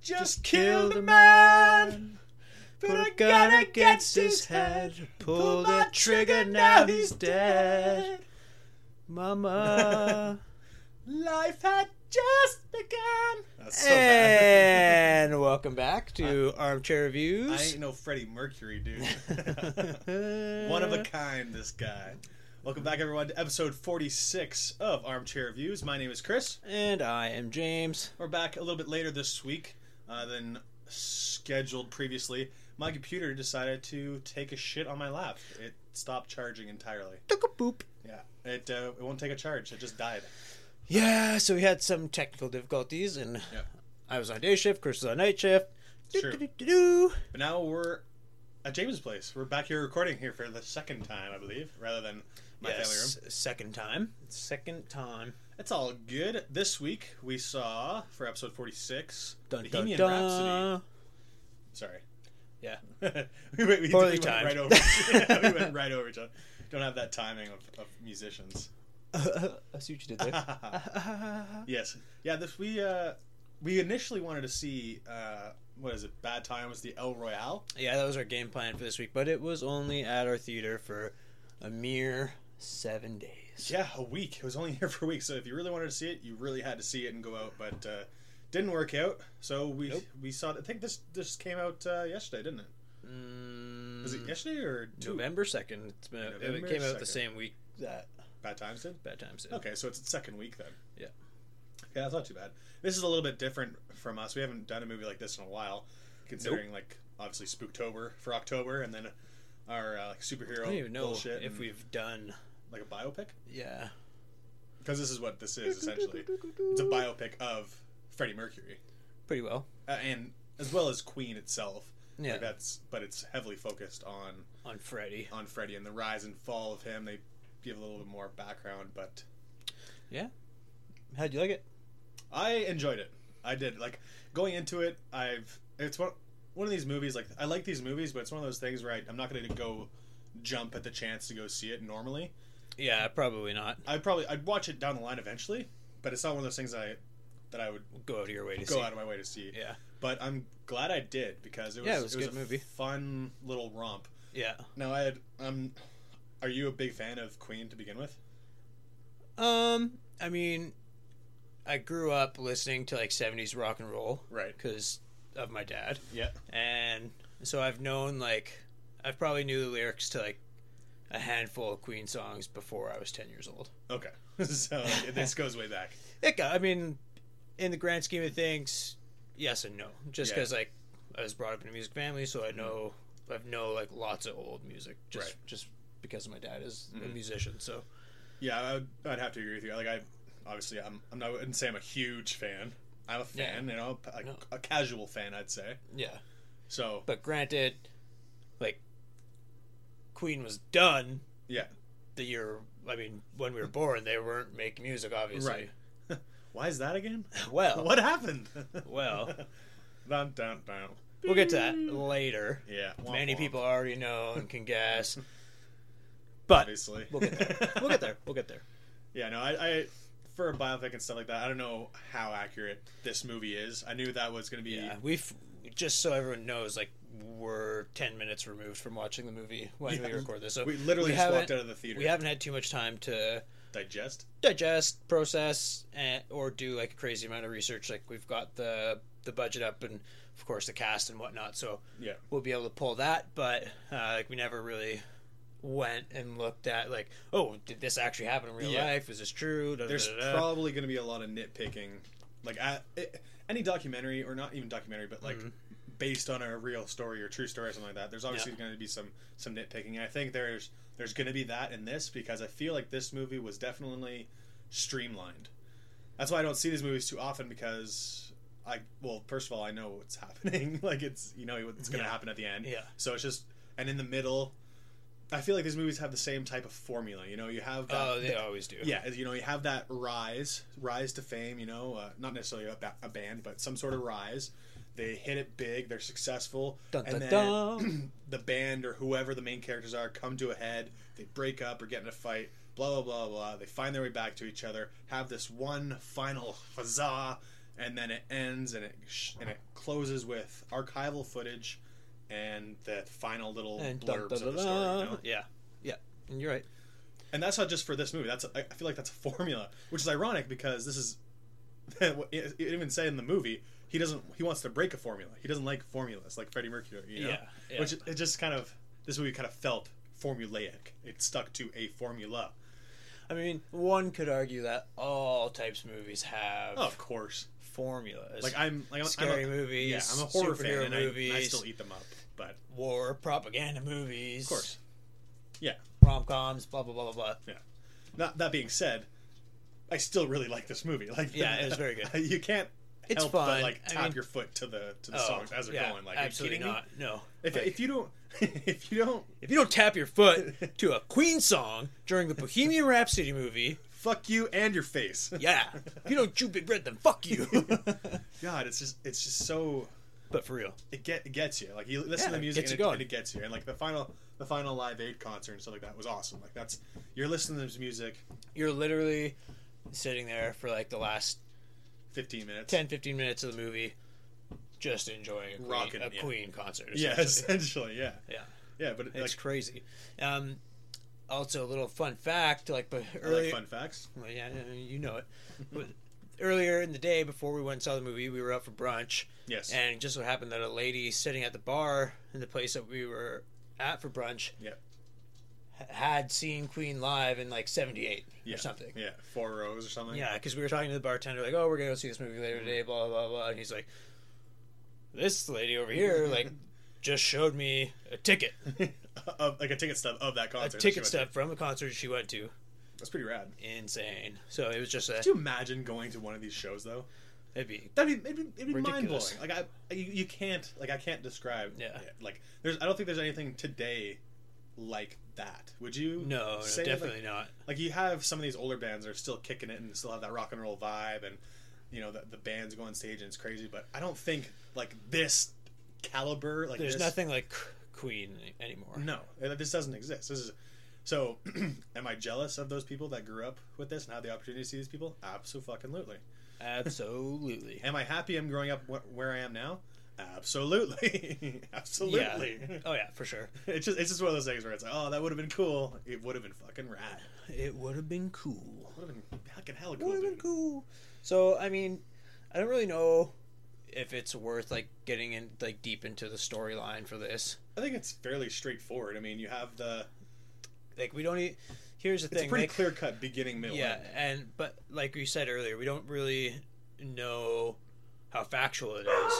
just killed a man. Put a gun against his head. Pull the trigger, now he's dead. Mama. Life had just begun. That's so bad. and welcome back to Armchair I Reviews. ain't no Freddie Mercury, dude. One of a kind, this guy. Welcome back, everyone, to episode 46 of Armchair Reviews. My name is Chris. And I am James. We're back a little bit later this week uh, than scheduled previously. My computer decided to take a shit on my lap. It stopped charging entirely. Took a boop. Yeah, it uh, it won't take a charge. It just died. Yeah, so we had some technical difficulties, and Yeah. I was on day shift, Chris was on night shift. Sure. Do-do-do-do-do. But now we're at James' place. We're back here recording here for the second time, I believe, rather than my family room. Yes, second time. Second time. It's all good. This week we saw for episode forty-six, Dun, Bohemian dun, Rhapsody. dun. Sorry. Yeah. we, went- we, Poorly we went timed. right over. yeah, we went right over each other. Don't have that timing of, of musicians. I see what you did there. yes. Yeah. This we uh, we initially wanted to see uh, what is it? Bad Times, the El Royale. yeah, that was our game plan for this week, but it was only at our theater for a mere seven days. Yeah, a week. It was only here for a week. So if you really wanted to see it, you really had to see it and go out. But uh, didn't work out. So we Nope. we saw. it- I think this this came out uh, yesterday, didn't it? Mm, Was it yesterday or two November second? It's been out- November it came out the 2nd. same week that bad times did? Bad Times did. Okay, so it's its second week then. Yeah. Okay, that's not too bad. This is a little bit different from us. We haven't done a movie like this in a while, considering like obviously Spooktober for October, and then our uh, like superhero I don't even know bullshit. if and, we've done. like a biopic, Yeah. because this is what this is essentially. It's a biopic of Freddie Mercury, Pretty well. uh, and as well as Queen itself. Yeah. Like that's but it's heavily focused on On Freddy. on Freddie and the rise and fall of him. They give a little bit more background, but How'd you like it? I enjoyed it. I did. Like going into it, I've it's one one of these movies. Like I like these movies, but it's one of those things where I, I'm not going to go jump at the chance to go see it normally. Yeah, probably not. I probably I'd watch it down the line eventually, but it's not one of those things that I that I would Go out of your way to go see. out of my way to see. Yeah. But I'm glad I did because it was Yeah, it was a good a movie. fun little romp. Yeah. Now I had um, are you a big fan of Queen to begin with? Um, I mean, I grew up listening to like '70s rock and roll Right. because of my dad, Yeah. and so I've known like I probably knew the lyrics to like a handful of Queen songs before I was 10 years old. Okay. so this goes way back. It got, I mean, in the grand scheme of things, yes and no. Just Yeah. Mm-hmm. because like I was brought up in a music family, so I know I've know like lots of old music just Right. just because my dad is a Mhm. musician. So Yeah, I would, I'd have to agree with you. Like I, obviously, I'm I'm not I wouldn't say I'm a huge fan. I'm a fan, you know, a, No. a casual fan, I'd say. yeah, So But granted, like Queen was done yeah, the year I mean, when we were born, they weren't making music obviously. why is that again? Well What happened? Oh. well dun, dun, dun. we'll get to that later. Yeah, womp Many womp, people already know and can guess. But obviously, we'll get there. We'll get there. We'll get there. yeah, no, I, I for a biopic and stuff like that, I don't know how accurate this movie is. I knew that was going to be Yeah. We've just so everyone knows, like we're ten minutes removed from watching the movie when we Yeah. record this. So We literally we just walked haven't- out of the theater. we haven't had too much time to digest. digest, process, and, or do like a crazy amount of research. Like we've got the the budget up and of course the cast and whatnot, so Yeah. we'll be able to pull that. But uh, like we never really went and looked at like, oh, did this actually happen in real Yeah. life? Is this true? Da, da, There's da, da, da. probably going to be a lot of nitpicking, like a it, any documentary or not even documentary, but like Mhm. based on a real story or true story or something like that. There's obviously going to be some some nitpicking. And I think there's there's going to be that in this because I feel like this movie was definitely streamlined. That's why I don't see these movies too often because I well first of all I know what's happening like it's you know what's going to Yeah. happen at the end. yeah, So it's just and in the middle. I feel like these movies have the same type of formula. You know, you have that, oh, they always do. yeah, as you know, you have that rise, rise to fame. You know, uh, not necessarily a, ba- a band, but some sort of rise. They hit it big. They're successful, Dun, and dun, then the band or whoever the main characters are come to a head. They break up or get in a fight. Blah blah blah blah. They find their way back to each other. Have this one final huzzah, and then it ends and it sh- and it closes with archival footage and the final little And dun, blurbs dun, of dun, the story. You know? dun. Yeah, yeah, and you're right. And that's not just for this movie. That's I I feel like that's a formula, which is ironic because this is it it even said in the movie he doesn't he wants to break a formula. He doesn't like formulas like Freddie Mercury. You know? Yeah, yeah. which it just kind of this movie kind of felt formulaic. It stuck to a formula. I mean, one could argue that all types of movies have Oh, of course. formulas, Like I'm like I'm, scary I'm a, movies, yeah, I'm a horror superhero fan and movies, I, I still eat them up. But war propaganda movies, of course, yeah. rom coms, blah blah blah blah blah. Not that being said, I still really like this movie. Like Yeah, it was very good. you can't. It's help fun. But, like I tap mean- Oh, your foot to the to the songs as they're yeah, going. Like are you absolutely kidding me? not. No, If, Like, if you don't, if you don't, if you don't tap your foot to a Queen song during the Bohemian Rhapsody movie, fuck you and your face. yeah, if you don't chew big bread, then fuck you. God, it's just it's just so but for real, it get it gets you. Like you listen Yeah, to the it music gets and you it, going. and it gets you. And like the final the final Live Aid concert and stuff like that was awesome. Like that's you're listening to this music you're literally sitting there for like the last 15 minutes. 10, 15 minutes of the movie, just enjoying a Queen, Rocking, a yeah. Queen concert. Yeah, essentially. essentially, yeah, yeah. yeah. But It's like, crazy. Um, also, a little fun fact, like but I like earlier, fun facts. well, yeah, yeah, you know it. But earlier in the day, before we went and saw the movie, we were out for brunch, Yes. and it just so happened that a lady sitting at the bar in the place that we were at for brunch, Yeah. h- had seen Queen live in like '78 yeah. or something. Yeah, four rows or something. Yeah, because we were talking to the bartender, like, "Oh, we're gonna go see this movie later today," blah blah blah, and he's like, "This lady over here, like, just showed me a ticket, of, like a ticket stub of that a concert. that she ticket went to. stub from a concert she went to." That's pretty rad. Insane. So it was just a Could you imagine going to one of these shows though? it'd be That'd be it'd be, it'd be mind blowing. Ridiculous. Like I, you, you can't like I can't describe. Yeah. it. Like there's I don't think there's anything today like that. Would you? no, say no it? definitely not. Like, like you have some of these older bands that are still kicking it and still have that rock and roll vibe, and you know the, the bands go on stage and it's crazy. But I don't think like this caliber like There's this, nothing like Queen anymore. No, uh, this doesn't exist. This is so. am I jealous of those people that grew up with this and had the opportunity to see these people? Absolutely. Absolutely. Am I happy I'm growing up wh- where I am now? Absolutely, absolutely. Yeah. Oh yeah, for sure. It's just it's just one of those things where it's like, oh, that would have been cool. It would have been fucking rad. It would have been cool. Would have been fucking hell cool. Would have been dude. cool. So I mean, I don't really know if it's worth like getting in like deep into the storyline for this. I think it's fairly straightforward. I mean, you have the Like we don't. E- Here's the it's a thing. pretty like- clear cut beginning, middle. Yeah, end. and but like you said earlier, we don't really know how factual it is.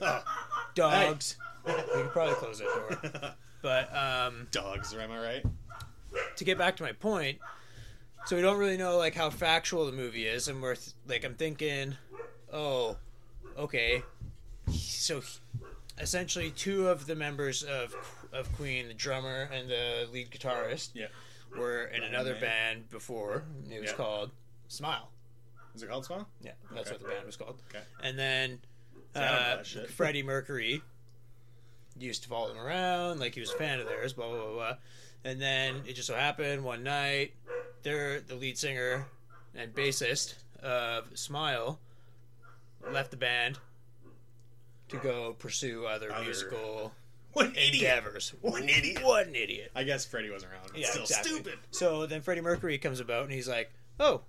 yeah. Dogs. We can probably close that door. But um, Dogs, am I right? to get back to my point, so we don't really know like how factual the movie is, and we're th- like I'm thinking, oh, okay, so he- essentially two of the members of of Queen, the drummer and the lead guitarist, Yeah. were in another man. band before. It was Yeah. called Smile. Is it called Smile? Yeah, that's Okay. what the band was called. Okay. And then I don't know uh, that shit. Freddie Mercury used to follow them around, like he was a fan of theirs, blah blah blah. blah. And then it just so happened one night, they're the lead singer and bassist of Smile left the band to go pursue other, Other- musical What an endeavors. What an idiot. What an idiot! I guess Freddie wasn't around. But Yeah, still exactly. stupid. So then Freddie Mercury comes about and he's like, "Oh,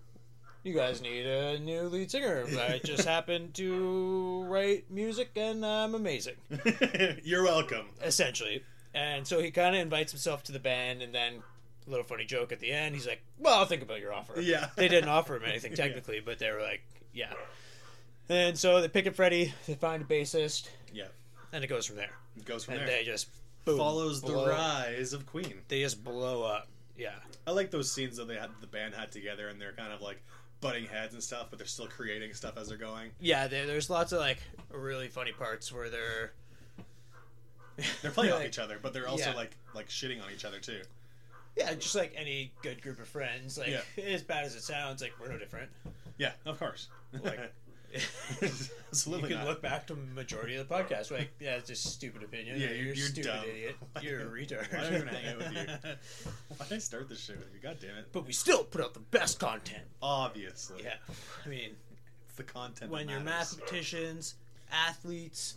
you guys need a new lead singer. I just happen to write music and I'm amazing." You're welcome. essentially. And so he kind of invites himself to the band, and then a little funny joke at the end. He's like, "Well, I'll think about your offer." Yeah. they didn't offer him anything technically, but they were like, "Yeah." And so they pick up Freddie, they find a bassist, Yeah, and it goes from there. it goes from and there. they just boom, Follows the blow- rise of Queen. They just blow up. Yeah, I like those scenes that they had the band had together, and they're kind of like butting heads and stuff, but they're still creating stuff as they're going. yeah. There, there's lots of like really funny parts where they're They're playing off Like, each other, but they're also yeah. like like shitting on each other too. yeah, just like any good group of friends. Like Yeah. as bad as it sounds, like we're no different. Yeah, of course. Like- Absolutely you can not. look back to the majority of the podcast like yeah it's just stupid opinion Yeah, you're, you're- a you're stupid dumb. idiot you're a retard Why do I even hang out with Why did I start this shit with you? God damn it! but we still put out the best content Obviously, yeah i mean the content. when that you're matters. mathematicians, athletes,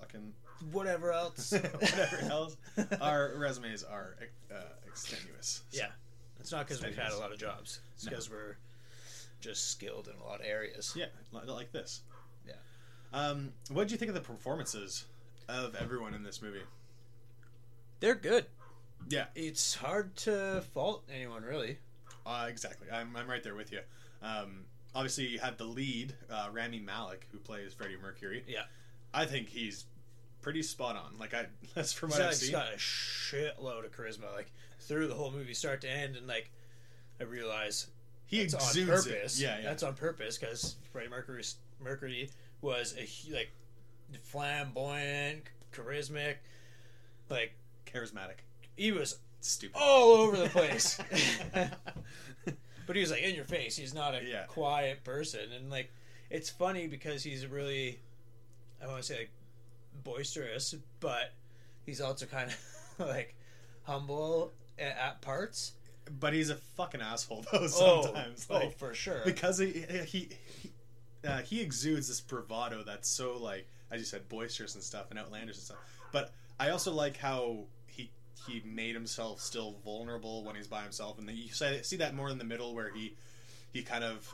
fucking whatever else. whatever else, our resumes are uh, extenuous. Yeah, it's not because we've had a lot of jobs. It's No. because we're just skilled in a lot of areas. Yeah, li- like this. Yeah. Um, what did you think of the performances of everyone in this movie? They're good. Yeah, It's hard to fault anyone really. uh, exactly. I'm, I'm right there with you. Um, obviously, you have the lead, uh, Rami Malik, who plays Freddie Mercury. Yeah. I think he's pretty spot on. Like I, that's from He's what got, I've he's seen. got a shitload of charisma, like through the whole movie, start to end, and like I realize He it's on exudes purpose. it. Yeah, yeah. that's on purpose because Freddie Mercury's, Mercury was a hu- like flamboyant, charismatic, like Charismatic. he was Stupid. all over the place. but he was like in your face. He's not a Yeah. quiet person, and like it's funny because he's really, I want to say like boisterous, but he's also kind of like humble at, at parts. but he's a fucking asshole though. Sometimes. oh, oh, like, for sure. because he he he, uh, he exudes this bravado that's so like as you said boisterous and stuff and outlandish and stuff but i also like how he he made himself still vulnerable when he's by himself and you say- see that more in the middle where he he kind of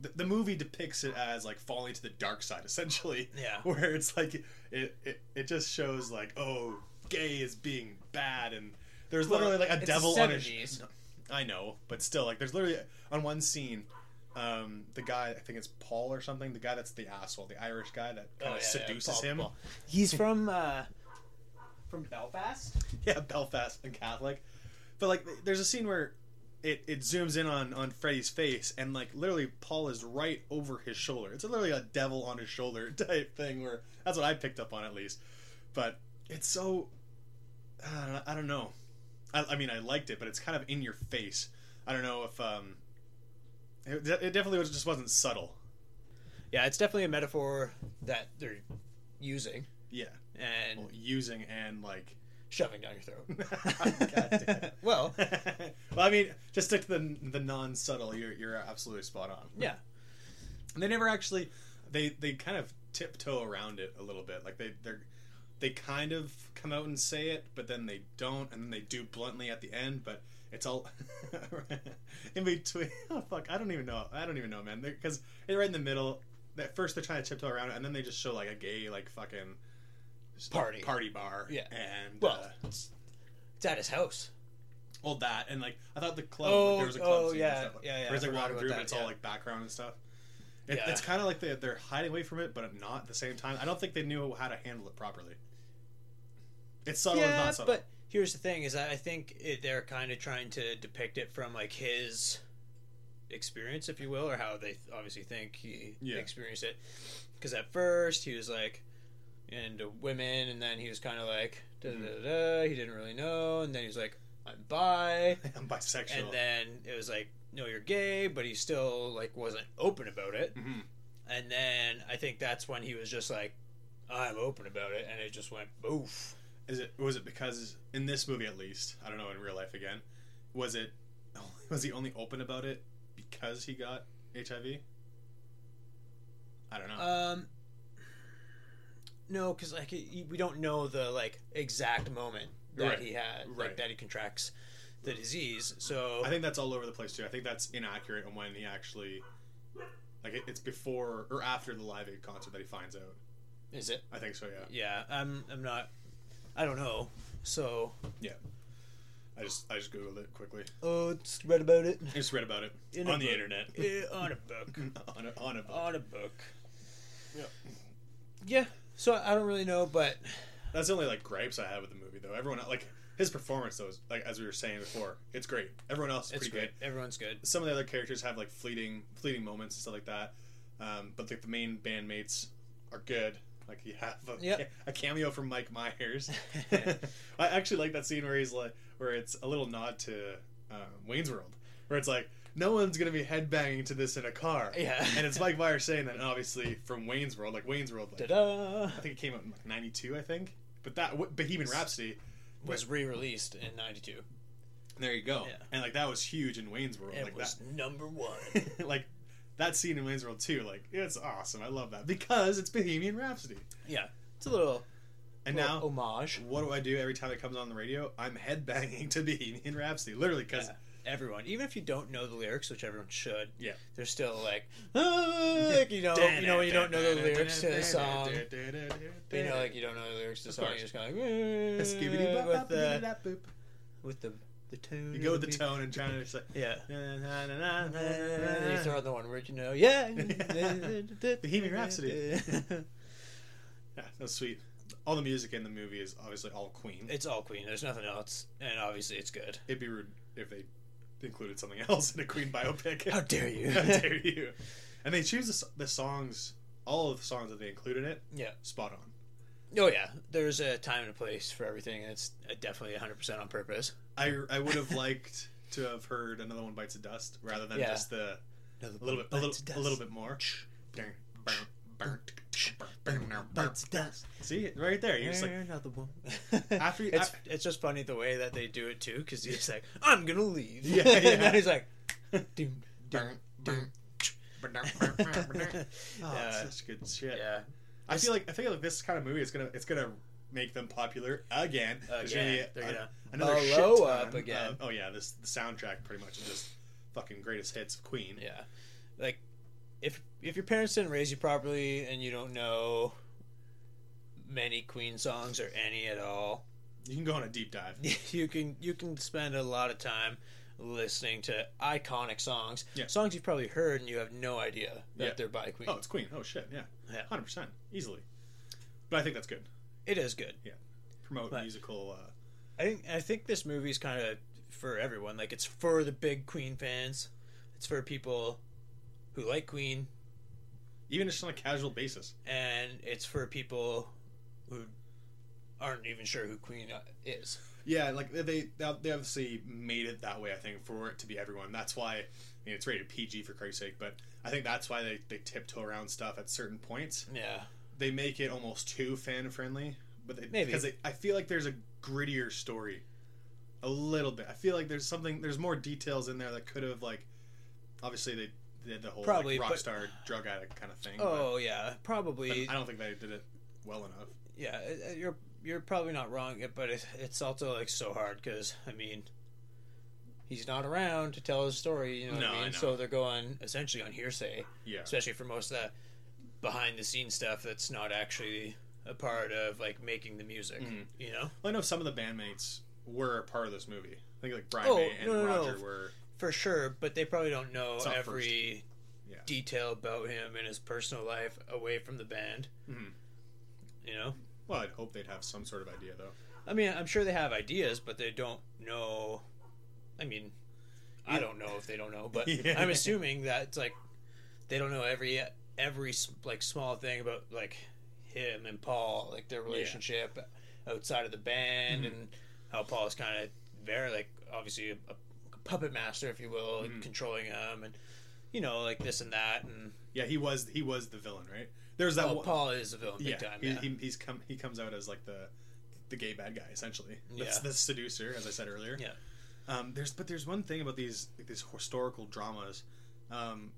the, the movie depicts it as like falling to the dark side essentially yeah, where it's like it it, it just shows like oh gay is being bad and there's Well, literally like a it's devil the on his 70s. I know, but still, like, there's literally on one scene, um, the guy I think it's Paul or something, the guy that's the asshole, the Irish guy that Oh, kind of yeah, yeah, seduces Paul- him. Paul. he's from uh, from Belfast. Yeah, Belfast and Catholic, but like, there's a scene where it, it zooms in on on Freddy's face, and like, literally, Paul is right over his shoulder. It's literally a devil on his shoulder type thing. Where that's what I picked up on at least, but it's so I don't, I don't know. I, I mean, I liked it, but it's kind of in your face. I don't know if um, it, it definitely was, just wasn't subtle. Yeah, it's definitely a metaphor that they're using Yeah, and well, using and like. shoving down your throat. God damn. Well, well, I mean, just stick to the the non subtle. You're you're absolutely spot on. yeah, They never actually they they kind of tiptoe around it a little bit. Like they they're they kind of come out and say it, but then they don't, and then they do bluntly at the end. But it's all in between. Oh fuck! I don't even know. I don't even know, man. Because they're, right in the middle. At first, they're trying to tiptoe around it, and then they just show like a gay like fucking Party. party bar. Yeah. and Well, uh, it's, it's at his house. Well, that and like I thought the club. Oh, like, there was a club oh, scene yeah, and stuff, like, yeah, yeah, Where it's like I forgot walking about through, that, but it's all yeah. like background and stuff. It, Yeah. It's kind of like they, they're hiding away from it, but not at the same time. I don't think they knew how to handle it properly. It's subtle and yeah, not subtle. but here's the thing: is that I think it, they're kind of trying to depict it from like his experience, if you will, or how they obviously think he Yeah. experienced it. Because at first he was like into women, and then he was kind of like da da Mm-hmm. da. da, He didn't really know, and then he was like, "I'm bi," I'm bisexual. and then it was like, "No, you're gay," but he still like wasn't open about it. Mhm. And then I think that's when he was just like, I'm open about it. And it just went boof. Is it was it because in this movie at least? I don't know in real life again. Was it was he only open about it because he got HIV? I don't know. Um, no, because like he- we don't know the like exact moment that Right. he had, like Right. that he contracts the disease. So I think that's all over the place too. I think that's inaccurate on when he actually, like, it, it's before or after the Live Aid concert that he finds out. is it? I think so. Yeah. Yeah, I'm. I'm not. I don't know. So I just I just googled it quickly. oh, just read about it I just read about it In a on the book. internet. Eh, on a book. on a, on a book. on a book. Mm-hmm. Yeah. Yeah. So I don't really know, but That's the only like gripes I had with the movie though. Everyone el- like his performance though, is, like as we were saying before, it's great. Everyone else is it's pretty good. good. Everyone's good. Some of the other characters have like fleeting fleeting moments and stuff like that. Um, but like the main bandmates are good. Like you have a, Yep. a cameo from Mike Myers. I actually like that scene where he's like, where it's a little nod to um, Wayne's World, where it's like, no one's gonna be headbanging to this in a car. Yeah. and it's Mike Myers saying that, and obviously from Wayne's World, like Wayne's World, like, Ta-da! I think it came out in like '92, I think. But that w- Bohemian Rhapsody, was re-released in 92 there you go, Yeah. and like that was huge in Wayne's World. and like was number one that, like that scene in Wayne's World 2, like, it's awesome. I love that because it's Bohemian Rhapsody. Yeah, it's a little And little now, homage. what do I do every time it comes on the radio? I'm headbanging to Bohemian Rhapsody, literally, because Yeah. Everyone, even if you don't know the lyrics, which everyone should, Yeah. they're still like, "Ah," like, you know, you know, when you don't know the lyrics to the song, you know, like you don't know the lyrics to the Of song, you're course. just kind of like, "Ah," with the with the the tune, You go of with the mu- tone and trying to say. yeah. And then you Bohemian throw in the one word you know, yeah, Rhapsody. Yeah, that's sweet. All the music in the movie is obviously all Queen. it's all Queen. There's nothing else, and obviously it's good. It'd be rude if they included something else in a Queen biopic. How dare you? How dare you? And they choose the, s- the songs, all of the songs that they include in it, Yeah. spot on. Oh yeah, there's a time and a place for everything, and it's uh, definitely 100 percent on purpose. I, I would have liked to have heard another one bites of dust rather than Yeah. just the Another a little bit a bite little, to a little dust. bit more. Another bite to dust. See right there, you're just like another one. After you- it's, I- it's just funny the way that they do it too, because he's like, "I'm gonna leave," Yeah, and yeah. then he's like, "Doom, doom, doom." oh, it's Yeah. such good shit. yeah, I feel like I feel like this kind of movie is gonna it's gonna make them popular again. There's gonna be Again. They're a- gonna another shit blow up ton again. of- oh yeah, this the soundtrack pretty much is just fucking greatest hits of Queen. yeah. Like, if if your parents didn't raise you properly and you don't know many Queen songs or any at all, You can go on a deep dive. you can you can spend a lot of time listening to iconic songs, Yeah. songs you've probably heard and you have no idea that Yeah. they're by Queen. Oh, it's Queen. Oh shit, yeah, Yeah. hundred percent, easily. But I think that's good. It is good. Promote But- musical. Uh, I think I think this movie's kind of for everyone. Like it's for the big Queen fans. It's for people who like Queen, even just on a casual basis. and it's for people who aren't even sure who Queen uh, is. Yeah, like they they they obviously made it that way. I think for it to be everyone. That's why I mean it's rated PG for Christ's sake. But I think that's why they they tiptoe around stuff at certain points. Yeah, They make it almost too fan friendly, but they, Maybe. because they, I feel like there's a grittier story, a little bit. I feel like there's something there's more details in there that could have like obviously they did the whole Probably, like, rock but- star drug addict kind of thing. but- Oh yeah, but probably. I don't think they did it well enough. yeah, uh, uh, you're you're probably not wrong, uh, but it, it's also like so hard because I mean, he's not around to tell his story. You know, what No, I I mean? know. so they're going essentially on hearsay, Yeah. especially for most of the behind the scenes stuff that's not actually a part of like making the music. Mhm. You know, Well, I know some of the bandmates were a part of this movie. I think like Brian Oh, May and no, no, no. Roger were. for sure, but they probably don't know It's not every Yeah. detail about him and his personal life away from the band. Mhm. You know, Well, I'd hope they'd have some sort of idea though. I mean, I'm sure they have ideas, but they don't know. I mean, I Yeah. don't know if they don't know, but Yeah. I'm assuming that it's like they don't know every every s- like small thing about like him and Paul, like their relationship outside of the band, Mm-hmm. and how Paul is kind of very like obviously a, a puppet master, if you will, Mm-hmm. and controlling him, and you know like this and that, and Yeah, he was he was the villain, right? There's that oh, one. Paul is a villain big yeah, time. he, yeah. He, he's come he comes out as like the the gay bad guy essentially. That's Yeah. the seducer, as I said earlier. Yeah. Um, there's but there's one thing about these like, these historical dramas, um,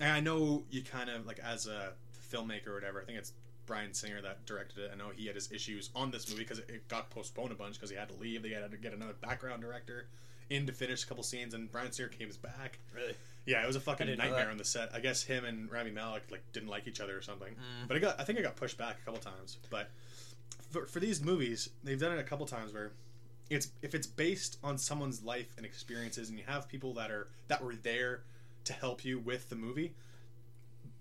and I know you kind of like as a filmmaker or whatever. I think it's Brian Singer that directed it. I know he had his issues on this movie because it, it got postponed a bunch because he had to leave. They had to get another background director in to finish a couple scenes, and Brian Singer came back. really, Yeah, it was a I fucking didn't know nightmare that. on the set. I guess him and Rami Malek like didn't like each other or something. Mm. But I got I think I got pushed back a couple times. But for, for these movies, they've done it a couple times where it's if it's based on someone's life and experiences, and you have people that are that were there to help you with the movie,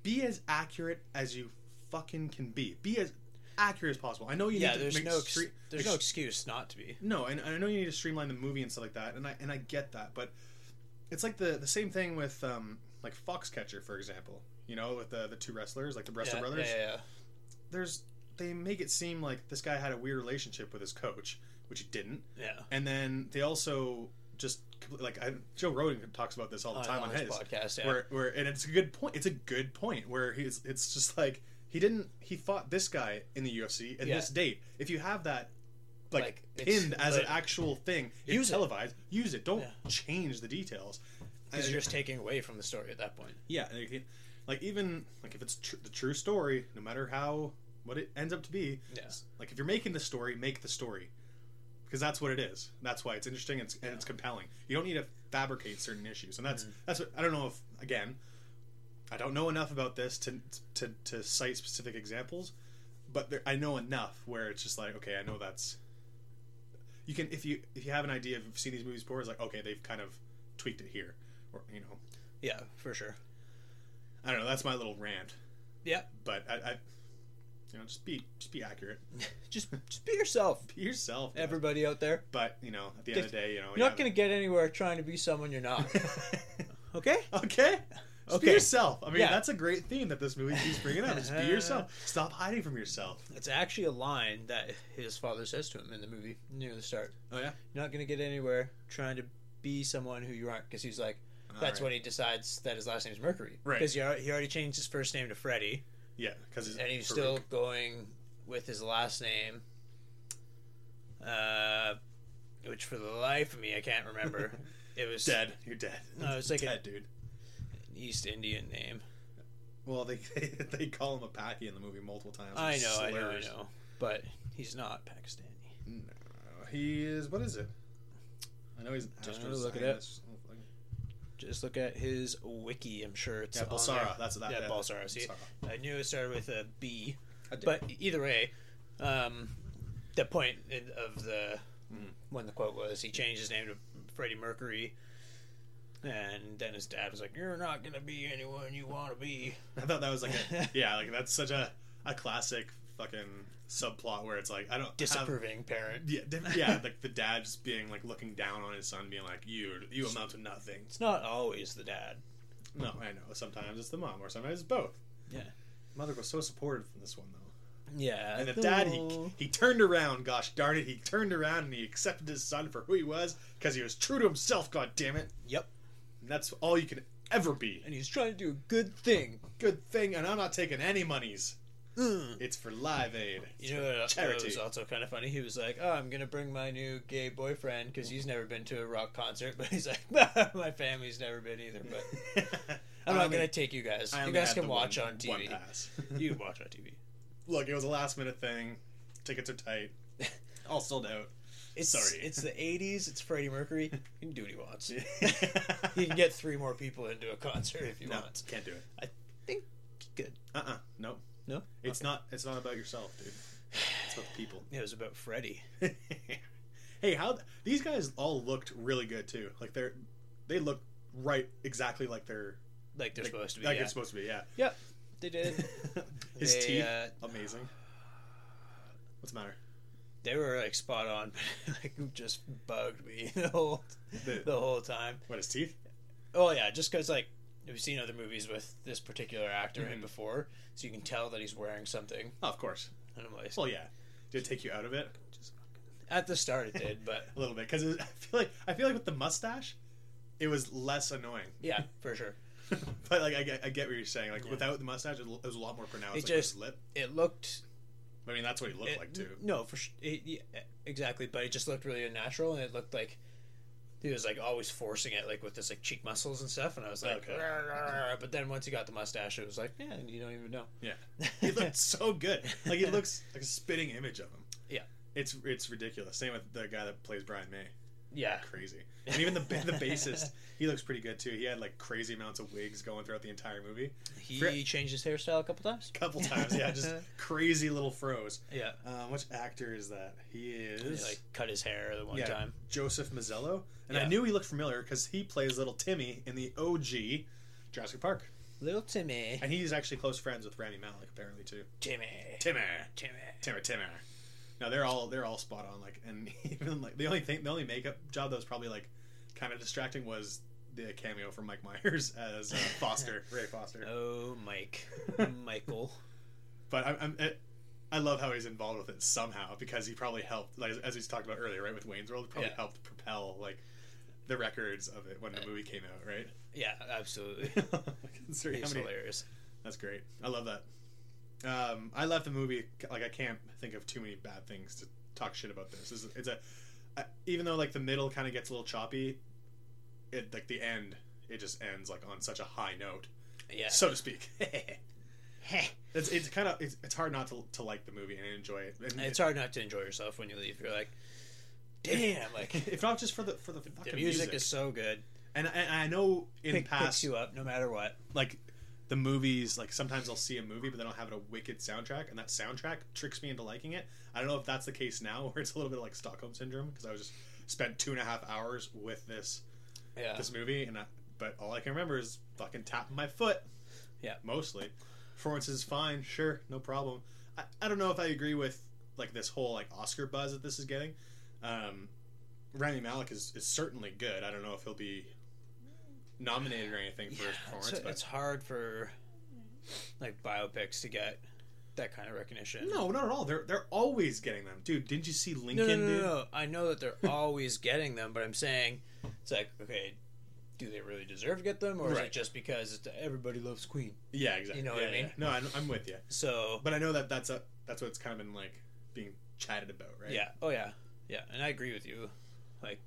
be as accurate as you fucking can be. Be as accurate as possible. I know you yeah. need to There's make no ex- stre- there's make no excuse not to be. no, and, and I know you need to streamline the movie and stuff like that, and I and I get that, but it's like the the same thing with um like Foxcatcher, for example. You know, with the the two wrestlers, like the Wrestler yeah, Brothers. yeah, yeah, yeah. There's they make it seem like this guy had a weird relationship with his coach, which he didn't, Yeah. and then they also just compl- like I, Joe Rogan talks about this all Oh, the time on, his podcast. Yeah. where where and it's a good point. It's a good point where he's it's just like he didn't he fought this guy in the UFC in Yeah. this date. If you have that like, Like, it's- pinned as an but- actual thing, Use use it. televised, use it. Don't Yeah. change the details. because I- you're just taking away from the story at that point. yeah, and it- like even like if it's tr- the true story, no matter how what it ends up to be, Yeah. like if you're making the story, make the story because that's what it is. That's why it's interesting and it's, and it's compelling. You don't need to fabricate certain issues, and that's that's what I don't know if again, I don't know enough about this to to to cite specific examples, but there, I know enough where it's just like okay, I know that's you can if you if you have an idea of you've seen these movies before, it's like okay, they've kind of tweaked it here, or you know, Yeah, for sure. I don't know. That's my little rant, Yeah. but I. I you know, just be just be accurate. Just just be yourself, Be yourself. guys. everybody out there. But you know, at the end of the day, you know, You're not going to get anywhere trying to be someone you're not. okay? okay. Just Be Okay. yourself. I mean, Yeah. that's a great theme that this movie keeps bringing up. Just be yourself. Stop hiding from yourself. It's actually a line that his father says to him in the movie near the start. Oh yeah. You're not going to get anywhere trying to be someone who you aren't because he's like, that's Alright. when he decides that his last name is Mercury. Right. Because he, al- he already changed his first name to Freddie, Yeah, because and he's still going with his last name, uh, which for the life of me, I can't remember. it was dead. You're dead. No, it's like a- dead, dude. an East Indian name. Well, they, they they call him a Paki in the movie multiple times. I It's know, I know, I slurs. know. But he's not Pakistani. No, Uh, he is. What is it? I know he's. an Don't astronaut, Uh, look it I up. guess. Just look at his wiki. I'm sure it's Yeah, on there. Balsara. That's what that. yeah, Balsara. See, I knew it started with a B. I did. But either way, um, the point in- of the Mhm. when the quote was he changed his name to Freddie Mercury, and then his dad was like, "You're not gonna be anyone you want to be." I thought that was like a yeah, like that's such a a classic fucking subplot where it's like I don't have- Disapproving parent. Yeah, diff- yeah, like the dad just being like looking down on his son, being like, "You, you amount to nothing." It's not always the dad. No, I know. Sometimes it's the mom, or sometimes it's both. Yeah. mother was so supportive in this one though, Yeah, and the dad he he turned around. Gosh darn it, he turned around and he accepted his son for who he was because he was true to himself. God damn it, Yep, and that's all you can ever be. and he's trying to do a good thing. Good thing, and I'm not taking any monies. Mm. It's for Live Aid. You know what Charity. what was also kind of funny? He was like, "Oh, I'm gonna bring my new gay boyfriend because he's never been to a rock concert," but he's like, "My family's never been either." But I'm I not only- gonna take you guys. I You only guys had can the watch one- on one TV. pass. You can watch on TV. Look, it was a last minute thing. Tickets are tight. All sold out. It's Sorry. it's the '80s. It's Freddie Mercury. He can do what he wants. He you can get three more people into a concert if he no, wants. can't do it. Good. Uh uh No. No? It's not it's not about yourself, dude. It's about the people. It was about Freddie. hey, how th- these guys all looked really good too. Like they're they look right exactly like they're Like they're like, supposed to be. Like yeah. it's supposed to be, yeah. Yep. They did. His They, teeth uh, amazing. What's the matter? They were like spot on. like just bugged me the whole The- the whole time. What his teeth? Oh yeah, just because like we've seen other movies with this particular actor in Mhm. before, so you can tell that he's wearing something. Oh, of course. And I'm like, Well, yeah. Did it take you out of it? at the start it did, but a little bit because I feel like I feel like with the mustache, it was less annoying. yeah, for sure. but like I get, I get what you're saying. Like Yeah. without the mustache, it was, it was a lot more pronounced. like, It with his just- lip. It looked I mean, that's what he looked It- like too. No, for sh- it, yeah, exactly, but it just looked really unnatural, and it looked like he was like always forcing it, like with his like cheek muscles and stuff. And I was like, Okay. "Rah, rah, rah," but then once he got the mustache, it was like, yeah, you don't even know. Yeah. He looked so good. Like he looks like a spitting image of him. Yeah. It's it's ridiculous. Same with the guy that plays Brian May. yeah, Crazy. And even the ba- the bassist, he looks pretty good too. He had like crazy amounts of wigs going throughout the entire movie. he Fri- changed his hairstyle a couple times. A couple times, yeah, just crazy little froze. Yeah, Um, which actor is that? He he, is like cut his hair the one Yeah. time. Joseph Mazzello, and I Yeah. knew he looked familiar because he plays little Timmy in the OG Jurassic Park, Little Timmy, and he's actually close friends with Rami Malek apparently too. Timmy, Timmy, Timmy. Timmy, Timmy. No, they're all they're all spot on. Like, and even like the only thing, the only makeup job that was probably like kind of distracting was the cameo from Mike Myers as uh, Foster, Ray Foster. Oh, Mike, Michael. But I'm, I'm it, I love how he's involved with it somehow because he probably helped, like as we talked about earlier, right with Wayne's World, probably Yeah. helped propel like the records of it when the movie came out, right? Yeah, absolutely. Considering how He's many- hilarious. That's great. I love that. Um, I left the movie like I can't think of too many bad things to talk shit about this. It's, it's a I, even though like the middle kind of gets a little choppy, it like the end it just ends like on such a high note. Yeah. so to speak. Heh. It's, it's kind of it's, it's hard not to, to like the movie and enjoy it. And it's hard not to enjoy yourself when you leave. You're like, damn, like if not just for the for the, the fucking music is so good. and, and I know in Pick, past picks you up no matter what. like the movies like sometimes I'll see a movie but they don't have a wicked soundtrack and that soundtrack tricks me into liking it. I don't know if that's the case now where it's a little bit like Stockholm syndrome because I was just spent two and a half hours with this Yeah. this movie and I, but all I can remember is fucking tapping my foot. Yeah. mostly. Performance is fine, sure, no problem. I, I don't know if I agree with like this whole like Oscar buzz that this is getting. Um, Rami Malik is, is certainly good. I don't know if he'll be nominated or anything for Yeah, his performance, it's, but it's hard for like biopics to get that kind of recognition. No, not at all. They're they're always getting them, dude. Didn't you see no, Lincoln? no, no, dude? no, no. I know that they're always getting them, but I'm saying it's like, okay, do they really deserve to get them, or is Right. it just because it's, everybody loves Queen? Yeah, exactly. You know Yeah, what I yeah. mean? No, I'm, I'm with you. So But I know that that's a that's what's kind of been like being chatted about, right? yeah, oh yeah, yeah, and I agree with you. Like,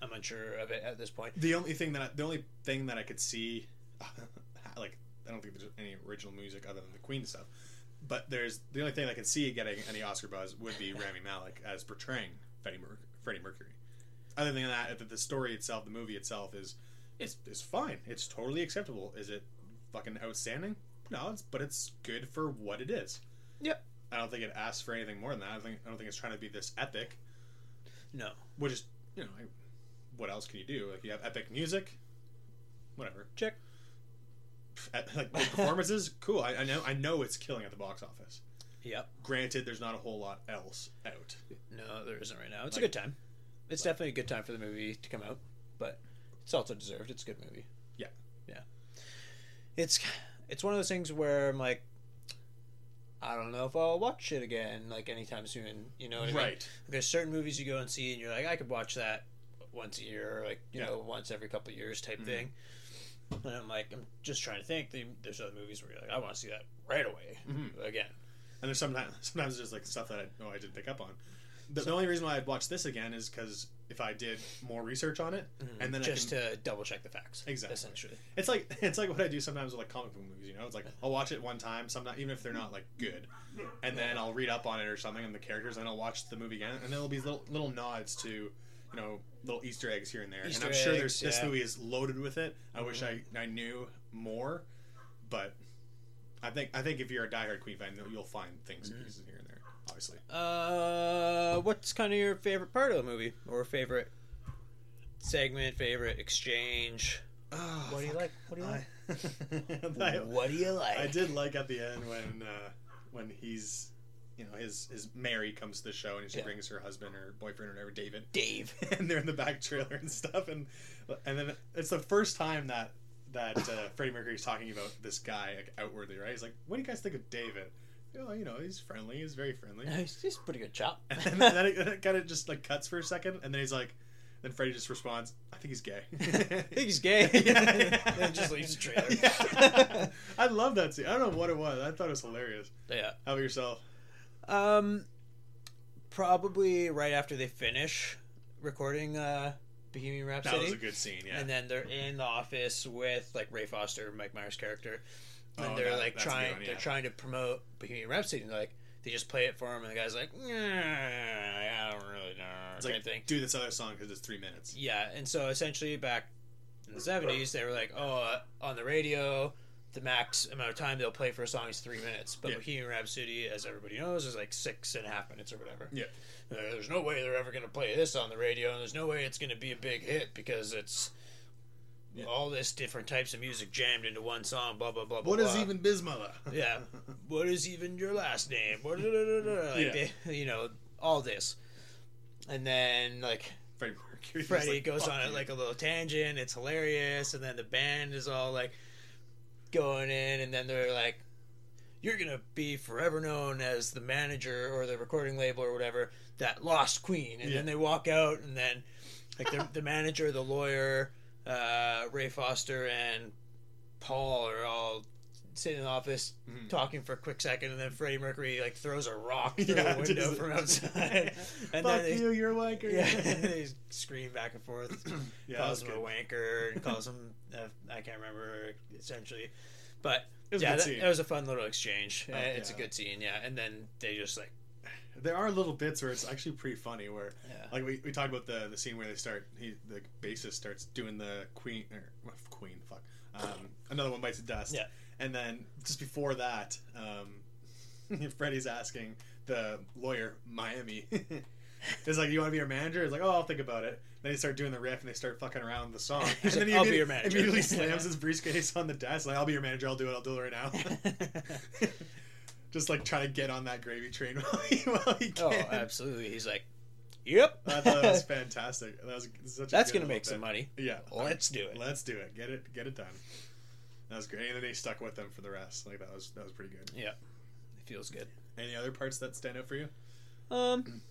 I'm unsure of it at this point. The only thing that I, the only thing that I could see, like I don't think there's any original music other than the Queen stuff. But there's the only thing I can see getting any Oscar buzz would be Rami Malik as portraying Freddie, Merc- Freddie Mercury. Other than that, if the story itself, the movie itself is it's it's fine. It's totally acceptable. Is it fucking outstanding? No, it's but it's good for what it is. Yep. I don't think it asks for anything more than that. I don't think I don't think it's trying to be this epic No, which is you know like, what else can you do like you have epic music whatever Check. Ep- like good performances cool I, I know i know it's killing at the box office yep, granted there's not a whole lot else out no, there isn't right now. It's a Like- good time. It's definitely a good time for the movie to come out, but it's also deserved. It's a good movie. Yeah. yeah. It's it's one of those things where I'm like, I don't know if I'll watch it again like anytime soon. You know what I mean? right there's certain movies you go and see and you're like i could watch that once a year or like you Yeah. know once every couple of years type Mhm. thing and i'm like i'm just trying to think the- there's other movies where you're like i want to see that right away Mhm. again and there's sometimes sometimes there's like stuff that i know i didn't pick up on the, the only reason why i'd watch this again is because if i did more research on it and then Mm-hmm. just I can, to double check the facts Exactly. essentially it's like it's like what i do sometimes with like comic book movies you know it's like i'll watch it one time sometimes even if they're not like good and then I'll read up on it or something and the characters, and I'll watch the movie again, and there'll be little little nods to, you know, little Easter eggs here and there. Easter and I'm sure eggs, there's this yeah. Mm-hmm. movie is loaded with it. I wish I, I knew more, but I think I think if you're a diehard Queen fan, you'll- you'll find things Mm-hmm. and pieces here and there. Obviously, uh what's kind of your favorite part of the movie or favorite segment favorite exchange what do you like what do you like Oh, I, what do you like I did like at the end when uh, when he's. You know, his his Mary comes to the show and she Yeah. brings her husband or boyfriend or whatever, David. dave and they're in the back trailer and stuff and and then it's the first time that that uh, Freddie Mercury's talking about this guy like, outwardly right he's like what do you guys think of David oh you know he's friendly he's very friendly he's he's a pretty good chop and then, and then it, kind of just like cuts for a second and then he's like then Freddie just responds I think he's gay I think he's gay. and just leaves the trailer. Yeah. I love that scene I don't know what it was I thought it was hilarious how about yourself Um, probably right after they finish recording uh, Bohemian that Rhapsody, was a good scene yeah and then they're in the office with like Ray Foster, Mike Myers' character, and Oh, they're that- like that's a good trying, one, they're yeah. trying to promote Bohemian Rhapsody, and like they just play it for him, and the guy's like, "Nah, I don't really know, it's kind like of thing. do this other song because it's three minutes Yeah, and so essentially back in the seventies, they were like, oh, uh, on the radio, the max amount of time they'll play for a song is three minutes, but Yeah. Bohemian Rhapsody, as everybody knows, is like six and a half minutes or whatever. Yeah. Uh, There's no way they're ever going to play this on the radio, and there's no way it's going to be a big hit because it's Yeah. all this different types of music jammed into one song. Blah blah blah. blah what is blah. even Bismillah Yeah. What is even your last name? What, da, da, da, da, like, Yeah. they- you know, all this, and then like Freddie Mercury just Freddie like, goes "Fuck on it you." like a little tangent. It's hilarious, and then the band is all like going in, and then they're like, "You're gonna be forever known as the manager or the recording label or whatever that lost Queen." And Yeah. then they walk out, and then like the, the manager, the lawyer, uh, Ray Foster, and Paul are all sitting in the office Mhm. talking for a quick second, and then Freddie Mercury like throws a rock through Yeah, the window just- from outside, Fuck and then they, you, you're a wanker. yeah, they scream back and forth, Yeah, that calls was him a good. wanker, and calls him uh, I can't remember essentially, But It was a yeah, good that, scene. Oh, that was a fun little exchange. Uh, it's yeah. a good scene, yeah. And then they just like, There are little bits where it's actually pretty funny where yeah, Like we, we talked about the the scene where they start he the bassist starts doing the queen or well, queen fuck um, another one bites the dust Yeah. and then just before that um, Freddie's asking the lawyer Miami it's like you want to be our manager it's like oh I'll think about it then they start doing the riff and they start fucking around with the song and He's then like, "I'll be immedi- your manager." immediately slams his briefcase on the desk like I'll be your manager I'll do it I'll do it right now just like try to get on that gravy train while he, while he can oh, absolutely. He's like, yep, I thought that was fantastic. That was such. A that's good gonna little make some bit. money. Yeah, Let's do it. let's do it. Get it, get it done. That was great. And then they stuck with them for the rest. Like that was that was pretty good. Yeah, it feels good. Any other parts that stand out for you? Um,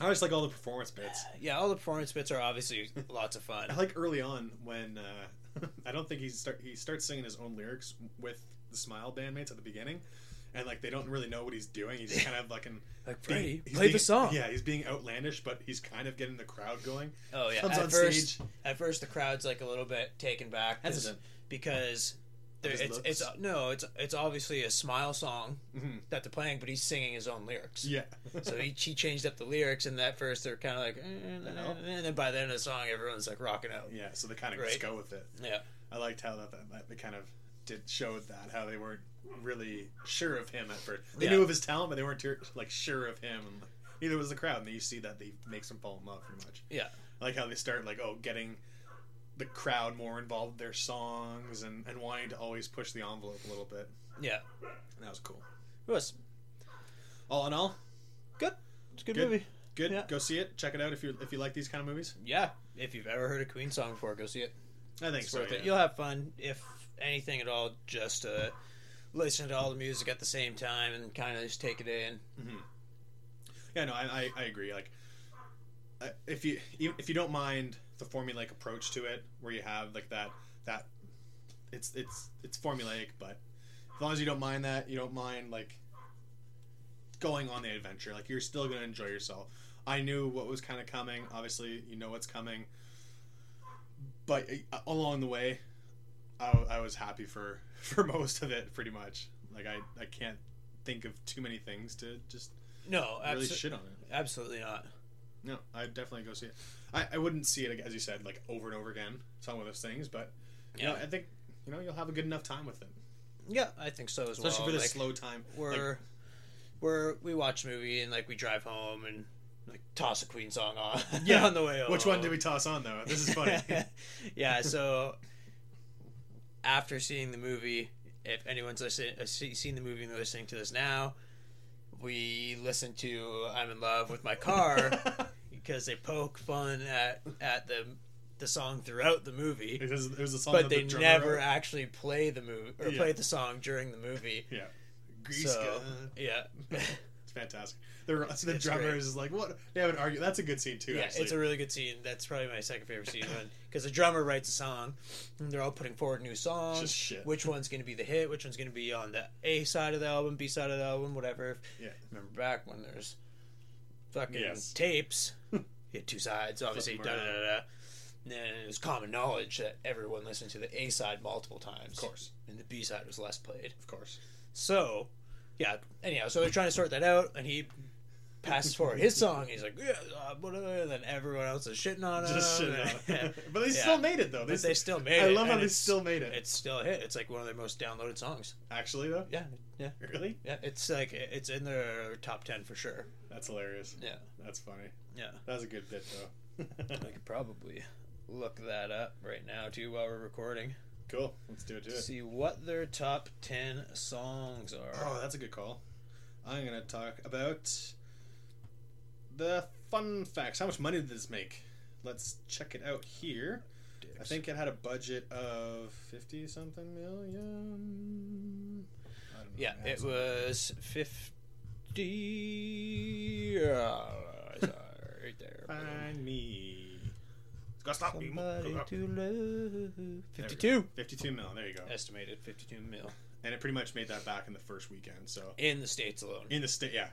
I always like all the performance bits. yeah, all the performance bits are obviously lots of fun. I like early on when uh, I don't think he start he starts singing his own lyrics with the Smile bandmates at the beginning, and like they don't really know what he's doing. He's kind of like an Like being- Freddie, he's play being- the song. Yeah, he's being outlandish, but he's kind of getting the crowd going. Oh yeah. Comes at on first, stage. at first the crowd's like a little bit taken back 'cause- Hesitant. because there, his it's it's looks. no, it's it's obviously a smile song Mhm. that they're playing, but he's singing his own lyrics. Yeah. So he, he changed up the lyrics, and at first they're kind of like, eh, hell? and then by the end of the song, everyone's like rocking out. yeah. So they kind of Right. just go with it. Yeah, I liked how that, that, that they kind of did showed that how they weren't really sure of him at first. They Yeah. knew of his talent, but they weren't ter- like sure of him. And, like, neither was the crowd. And then you see that they makes him fall in love pretty much. yeah, I like how they start like oh getting the crowd more involved with their songs and and wanting to always push the envelope a little bit. yeah. And that was cool. It was All in all, good. It's a good, Good. movie. good. Yeah. Go see it. Check it out if you if you like these kind of movies. Yeah. If you've ever heard a Queen song before, go see it. I think It's so. worth it. yeah. You'll have fun. If anything at all, just uh, listen to all the music at the same time and kind of just take it in. Yeah, no, I, I, I agree. Like, I- if you even if you don't mind the formulaic approach to it, where you have like that that it's it's it's formulaic, but as long as you don't mind that, you don't mind like going on the adventure. Like you're still gonna enjoy yourself. I knew what was kind of coming. Obviously, you know what's coming, but uh, along the way, I, w- I was happy for for most of it, pretty much. Like I I can't think of too many things to just No, really abso- shit on it. absolutely not. No, I'd definitely go see it. I, I wouldn't see it as you said, like over and over again. Some of those things, but you Yeah, know, I think you know you'll have a good enough time with it, yeah, I think so as especially well. for the Like, slow time. we're we're we watch a movie and like we drive home and like toss a Queen song on Yeah. on the way home. Which one did we toss on though? This is funny. yeah, so after seeing the movie, if anyone's listen, uh, see- seen the movie and they're listening to this now, we listen to "I'm in Love with My Car" because they poke fun at at the the song throughout the movie, it, was, it was a song, but that they the drummer never wrote. actually play the movie or Yeah. play the song during the movie. Yeah, Grease so gun. yeah, It's fantastic. The the It's drummer great. is like, what? They have an argument. That's a good scene too. yeah, actually. it's a really good scene. That's probably my second favorite scene because the drummer writes a song, and they're all putting forward new songs. Just shit. Which one's going to be the hit? Which one's going to be on the A side of the album, B side of the album, whatever. Yeah. Remember back when there's fucking Yes. tapes. you had two sides, obviously. them Da da around. da. da. And then it was common knowledge that everyone listened to the A side multiple times. of course, And the B side was less played. of course. So, yeah. Anyhow, so they're trying to sort that out, and he passes forward his song. He's like, yeah, uh, whatever. And then everyone else is shitting on him. Just shit. Uh, Yeah. out. but they still Yeah. made it though. But they still made I it. love how and they it's- still made it. It's still a hit. It's like one of their most downloaded songs. Actually though, Yeah, yeah, really, yeah. It's like it's in their top ten for sure. that's hilarious. Yeah, That's funny. yeah. That was a good bit though. I could probably look that up right now too while we're recording. cool. Let's do it. Do it. See what their top ten songs are. Oh, that's a good call. I'm gonna talk about the fun facts. How much money did this make? Let's check it out here. I think it had a budget of fifty something million. I don't know. Yeah, it was fifty. Uh, sorry, right there. Find me. It's gotta stop me. Somebody to love. There we go. Fifty-two. Fifty-two mil. There you Uh, go. Estimated fifty-two mil And it pretty much made that back in the first weekend. So in the states alone. in the state, yeah,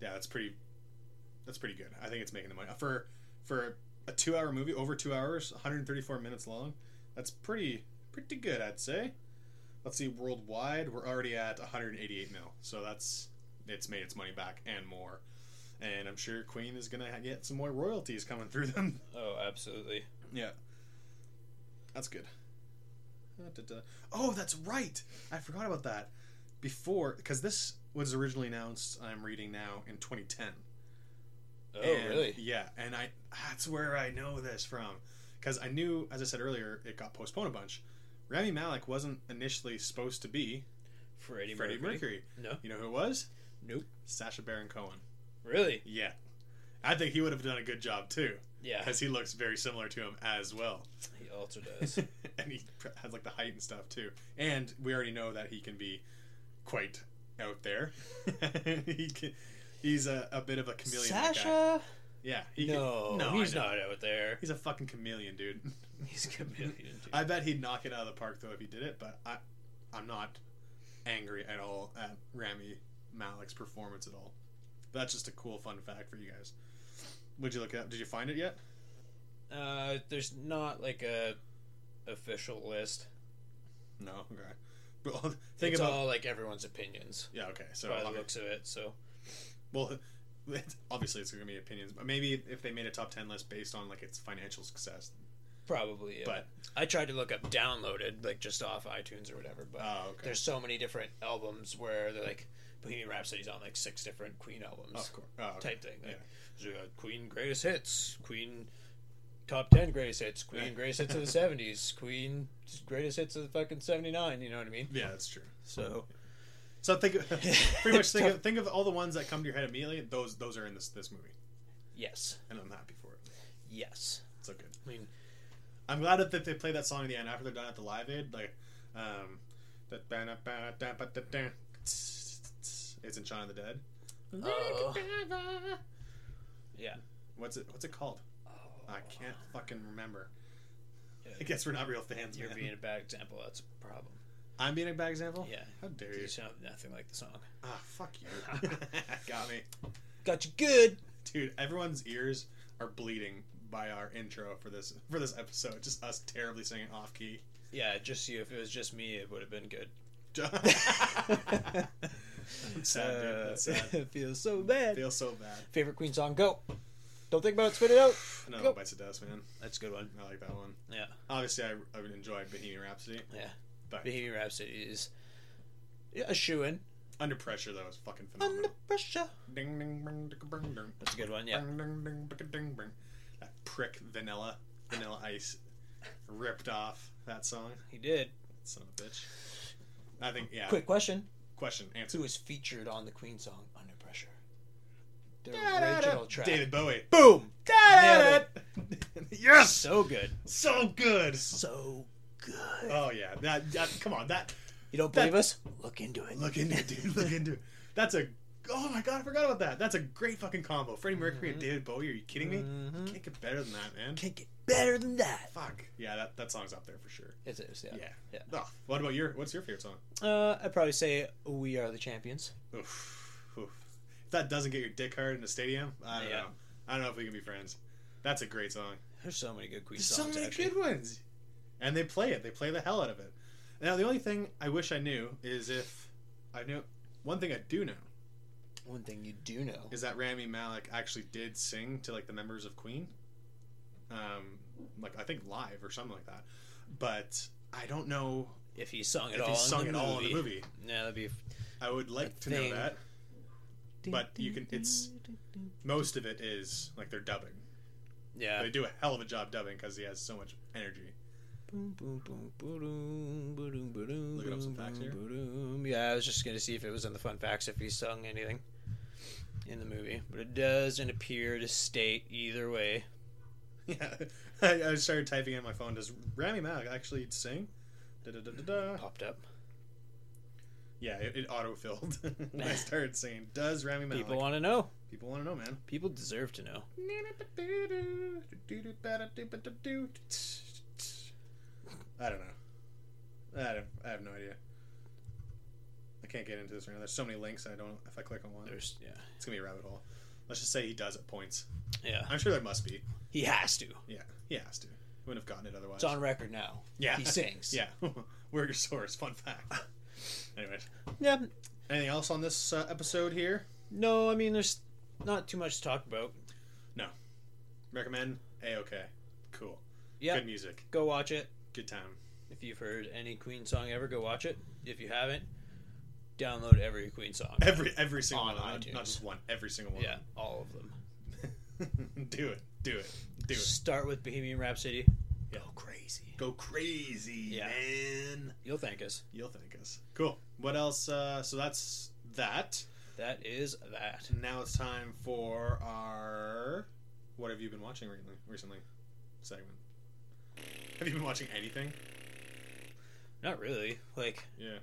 yeah, that's pretty. That's pretty good. I think it's making the money for for a two hour movie over two hours, 134 minutes long. That's pretty pretty good, I'd say. let's see, worldwide, we're already at 188 mil. So that's it's made its money back and more. And I'm sure Queen is gonna ha- get some more royalties coming through them. Oh, absolutely. Yeah, that's good. Uh, da, da. Oh, that's right. I forgot about that. Before, because this was originally announced. I'm reading now in 2010. Oh, And- really? Yeah, and I that's where I know this from because I knew, as I said earlier, it got postponed a bunch. Rami Malik wasn't initially supposed to be Freddie, Freddie Mercury. Mercury. No. You know who it was? Nope. Sasha Baron Cohen. Really? Yeah, I think he would have done a good job too Yeah, because he looks very similar to him as well. he also does. and he pr- has like the height and stuff too. And we already know that he can be quite out there. he can, he's a, a bit of a chameleon. that guy. Sasha? Yeah. He No, can, no, he's I know. not out there. He's a fucking chameleon, dude. He's a chameleon. dude. I bet he'd knock it out of the park though if he did it. But I, I'm not angry at all at Rami Malek's performance at all. That's just a cool fun fact for you guys. Would you look it up? Did you find it yet? Uh, There's not like a official list. No. Okay. But well, think it's about all like everyone's opinions yeah. Okay. So by the I'm- looks of it. So Well, it's, obviously it's going to be opinions, but maybe if they made a top ten list based on like its financial success. probably. Yeah. But I tried to look up downloaded, like just off iTunes or whatever, but oh, okay, there's so many different albums where they're like Bohemian Rhapsody's on like six different Queen albums of course. Oh, okay. type thing. Like, Yeah. so you got Queen greatest hits, Queen top ten greatest hits, Yeah. Queen greatest hits of the seventies, Queen greatest hits of the fucking seventy nine. You know what I mean? Yeah, that's true. So So think of, pretty much think of, think of all the ones that come to your head immediately. Those those are in this this movie, yes, and I'm happy for it. yes. So good. I mean, I'm glad that they play that song at the end after they're done at the live aid. Like, um, it's in Shaun of the Dead. oh, What's it What's it called? I can't fucking remember. I guess we're not real fans. you're man. being a bad example. That's a problem. I'm being a bad example. Yeah, How dare you? you sound nothing like the song. Ah, fuck you. Got me. Got you good. Dude, everyone's ears are bleeding by our intro for this for this episode. Just us terribly singing off key. Yeah, just you. If it was just me, it would have been good. I'm sad, dude. Uh, That's sad. it feels so bad. Feel Uh, so bad. Favorite Queen song? Go. Don't think about it. Spit it out. No Go. bites of dust, man. That's a good one. I like that one. Yeah. Obviously, I, I would enjoy Bohemian Rhapsody. Bohemian Rhapsody is yeah, a shoe in. Under pressure, though, is fucking Under phenomenal. pressure. Ding ding ding ding ding ding. That's a good one. Yeah. Ding, ding, ding, ding, ding, ding. That prick Vanilla, Vanilla Ice, ripped off that song. He did. Son of a bitch. I think yeah. Quick question: question answer. Who was featured on the Queen song "Under Pressure"? The original track. David Bowie. Boom. Nailed it. yes, So good. so good. So good. Oh yeah, that, that come on, that You don't That- believe us? Look into it. look into it, dude. Look into it. That's a oh my god, I forgot about that. That's a great fucking combo. Freddie Mercury and David Bowie. Are you kidding me? Mhm. Can't get better than that, man. Mm-hmm. Can't get better than that. Fuck yeah, that, that song's up there for sure. It is. Yeah. Yeah. Yeah. Oh, what about your? What's your favorite song? Uh, I'd probably say "We Are the Champions." Oof, oof. If that doesn't get your dick hard in a stadium, I don't Yeah. know. I don't know if we can be friends. That's a great song. There's so many good Queen There's songs. so many actually. good ones. And they play it. They play the hell out of it. Now the only thing I wish I knew is if I knew one thing I do know One thing you do know. is that Rami Malik actually did sing to like the members of Queen. Um like I think live or something like that. But I don't know If he sung it if all, he sung in it the all movie. in the movie. Yeah, that'd be. I would like A to thing. know that. But you can- it's- Most of it is like they're dubbing. Yeah. They do a hell of a job dubbing because he has so much energy. Looking up some facts here. Yeah, I was just gonna see if it was in the fun facts if he sung anything in the movie, but it doesn't appear to state either way. Yeah, I, I started typing in my phone. Does Rami Malek actually sing? Da, da, da, da, da. Popped up. Yeah, it, it auto filled. I started singing. Does Rami Malek? People want to know. People want to know, man. People deserve to know. I don't know. I don't. I have no idea. I can't get into this right now. There's so many links. I don't. If I click on one, There's yeah, it's gonna be a rabbit hole. Let's just say he does at points. yeah. I'm sure there must be. He has to. Yeah, he has to. wouldn't have gotten it otherwise. It's on record now. Yeah. He sings. yeah, we're your source. Fun fact. Anyways, Yeah. anything else on this uh, episode here? No, I mean, there's not too much to talk about. Recommend a okay, cool, Yeah. good music, Go watch it. good time. If you've heard any Queen song ever, go watch it. If you haven't, download every Queen song. Every every single On one, not, iTunes. not just one. Every single one. Yeah, all of them. do it, do it, do it. Start with Bohemian Rhapsody. Yeah. Go crazy. Go crazy, Yeah. man. You'll thank us. You'll thank us. Cool. What else? Uh, so that's that. That is that. Now it's time for our what have you been watching recently? Recently, segment. Have you been watching anything? Not really. Like Yeah.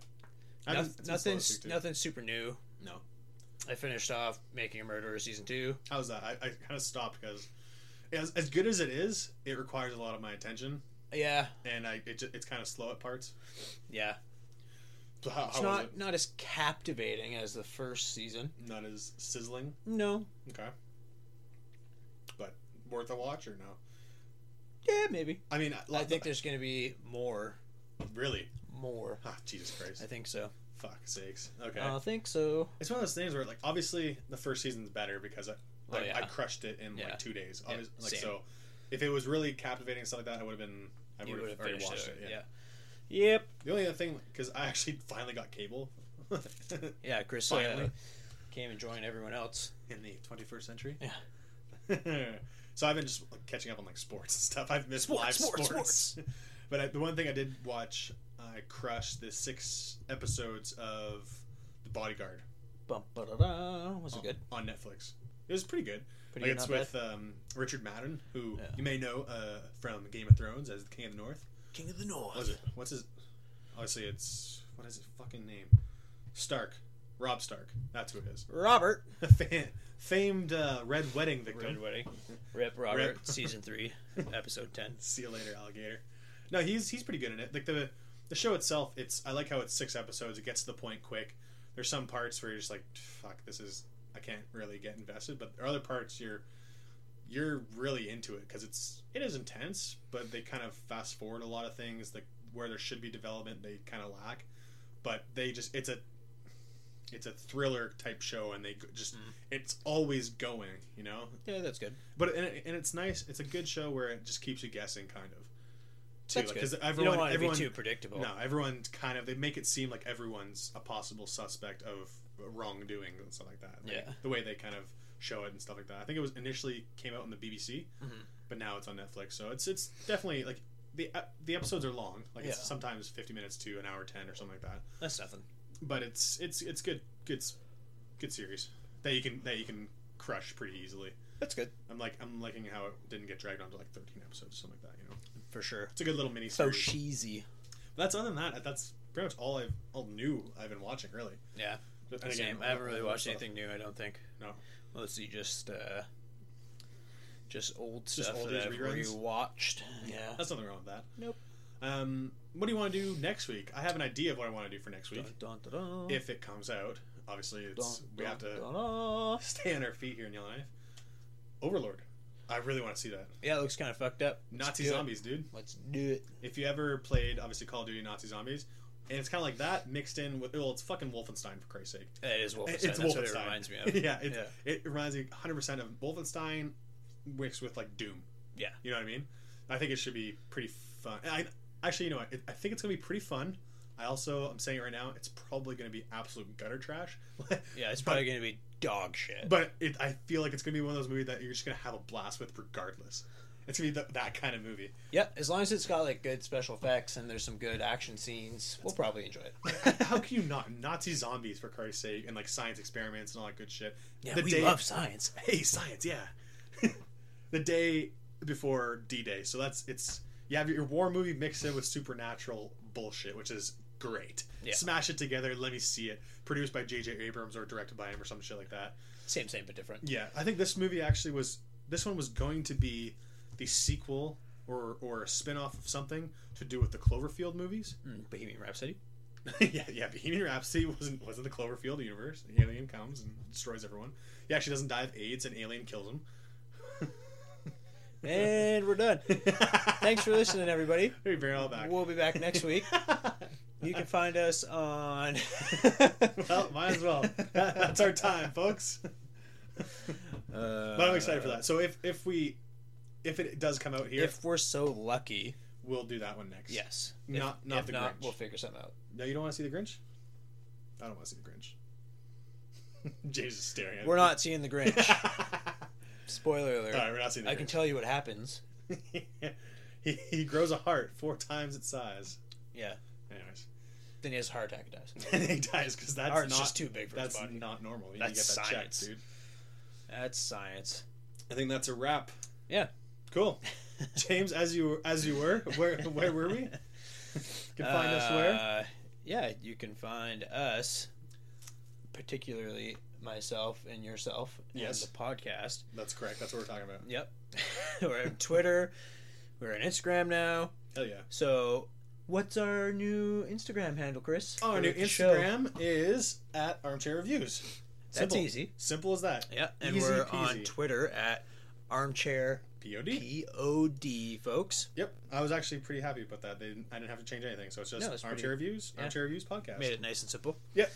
I haven't- it's been slow this noth- nothing's week, too. nothing super new. No. I finished off Making a Murderer season two. How's that? I, I kind of stopped because as, as good as it is, it requires a lot of my attention, Yeah, and I it, ju- it's kind of slow at parts. yeah. So how, It's how was not not as captivating as the first season. it? Not as sizzling. No. Okay. But worth a watch or no? Yeah, maybe. I mean, I think there's going to be more, really. more. Ah, Jesus Christ! I Uh, think so. Fuck sakes. Okay. I think so. It's one of those things where, like, obviously the first season's better because I, Oh, I, yeah. I crushed it in Yeah. like two days. Yeah, Obvious like, same. so if it was really captivating and stuff like that, I would have been. I you would would have have already finished watched it. it. yeah. yeah. Yep. The only other thing, because I actually finally got cable Yeah, Chris uh, Finally. came and joined everyone else. in the 21st century. Yeah. so I've been just like, catching up on like sports and stuff. I've missed Sports, live sports, sports. but I, the one thing I did watch, I crushed the six episodes of The Bodyguard Bum, ba-da-da. Was on, it good? on Netflix. It was pretty good. Pretty Oh. Like good. it's Not with bad. um, Richard Madden, who Yeah. you may know uh, from Game of Thrones as the King of the North. King of the North. What is it? What's his? Obviously, it's what is his fucking name? Stark, Rob Stark. That's who it is. Robert. Fa- Famed uh, Red Wedding victim. Red Wedding. Rip Robert. Rip. Season three, episode ten. See you later, alligator. No, he's he's pretty good in it. Like the the show itself, it's I like how it's six episodes. It gets to the point quick. There's some parts where you're just like, fuck, this is I can't really get invested. But there are other parts you're you're really into it because it's it is intense, but they kind of fast forward a lot of things. Like where there should be development, they kind of lack. But they just it's a it's a thriller type show, and they g- just Mm. it's always going. You know, Yeah, that's good. but and, it- and it's nice. It's a good show where it just keeps you guessing, kind of. Too, That's like, good. 'cause you everyone, don't want to everyone, be too predictable. no, everyone's kind of. They make it seem like everyone's a possible suspect of wrongdoing and stuff like that. Like, Yeah. the way they kind of show it and stuff like that. I think it was initially came out on the BBC, Mhm. but now it's on Netflix. So it's it's definitely like the ep- the episodes are long. Like it's Yeah. sometimes fifty minutes to an hour ten or something like that. That's nothing. But it's it's it's good good s- good series that you can that you can crush pretty easily. That's good I'm like I'm liking how it didn't get dragged on to like 13 episodes or something like that. You know, for sure. it's a good little mini So series. cheesy. that's other than that. That's pretty much all I've all new I've been watching really. Yeah. And Same. again, I haven't really all- watched all- anything new. I don't think. No. Mostly just uh, just old Just stuff oldies that I've reruns? rewatched. Yeah. That's nothing wrong with that. Nope. Um, what do you want to do next week? I have an idea of what I want to do for next week Dun, dun, dun, dun. if it comes out. Obviously, it's Dun, we dun, have to dun, dun. stay on our feet here in Yellow Knife. Overlord. I really want to see that Yeah, it looks kind of fucked up. Let's Nazi do it. zombies, dude. Let's do it. If you ever played, obviously Call of Duty Nazi zombies, and it's kind of like that mixed in with well, it's fucking Wolfenstein for Christ's sake. It is Wolfenstein. It's That's what it Wolfenstein. reminds me of. yeah, it's, yeah. it reminds me 100% of Wolfenstein mixed with like Doom. Yeah. You know what I mean? I think it should be pretty fun. I actually, you know, what? it, I think it's going to be pretty fun. I also, I'm saying it right now, it's probably going to be absolute gutter trash. Yeah, it's probably going to be dog shit. but it, I feel like it's going to be one of those movies that you're just going to have a blast with regardless. It's going to be th- that kind of movie. Yep, as long as it's got like good special effects and there's some good action scenes, we'll probably enjoy it. How can you not? Nazi zombies, for Christ's sake, and like science experiments and all that good shit. Yeah, The we day- love science. hey science yeah the day before d-day so that's it's you have your war movie mixed in with supernatural bullshit which is great Yeah. smash it together let me see it produced by jj abrams or directed by him or some shit like that Same, same, but different. yeah i think this movie actually was this one was going to be the sequel or or a spin-off of something to do with the cloverfield movies Mm, Bohemian Rhapsody. yeah, yeah. Bohemian Rhapsody wasn't wasn't the Cloverfield universe. Alien comes and destroys everyone. He actually doesn't die of AIDS, and Alien kills him. and we're done. Thanks for listening, everybody. We bring it all back. We'll be back next week. You can find us on. well, might as well. That's our time, folks. But I'm excited for that. So if if we if it does come out here, Uh, If we're so lucky, we'll do that one next. yes. Not if, not if the not, Grinch. we'll figure something out. No, you don't want to see the Grinch. I don't want to see the Grinch. James is staring at We're me. not seeing the Grinch. Spoiler alert. All right, we're not seeing the I Grinch. can tell you what happens. he, he grows a heart four times its size. Yeah. Anyways, Then he has a heart attack and dies. and he dies because that's Heart's not just too big for his that's body. not normal. You need to That's get that science. checked, dude. That's science. I think that's a wrap. Yeah. Cool. James, as you as you were, where where were we? You can find us where? Uh, Yeah, you can find us, particularly myself and yourself, and Yes. the podcast. That's correct. That's what we're talking about. Yep. we're on Twitter. We're on Instagram now. Hell yeah. So, what's our new Instagram handle, Chris? Our For new the show? Oh, Instagram is at Armchair Reviews. That's Simple. easy. Simple as that. Yeah, and Easy we're peasy. on Twitter at armchair Pod. pod, folks. Yep. I was actually pretty happy about that. They didn't, I didn't have to change anything. So it's just No, it's Armchair Reviews, yeah. Armchair Reviews podcast. Made it nice and simple. Yep.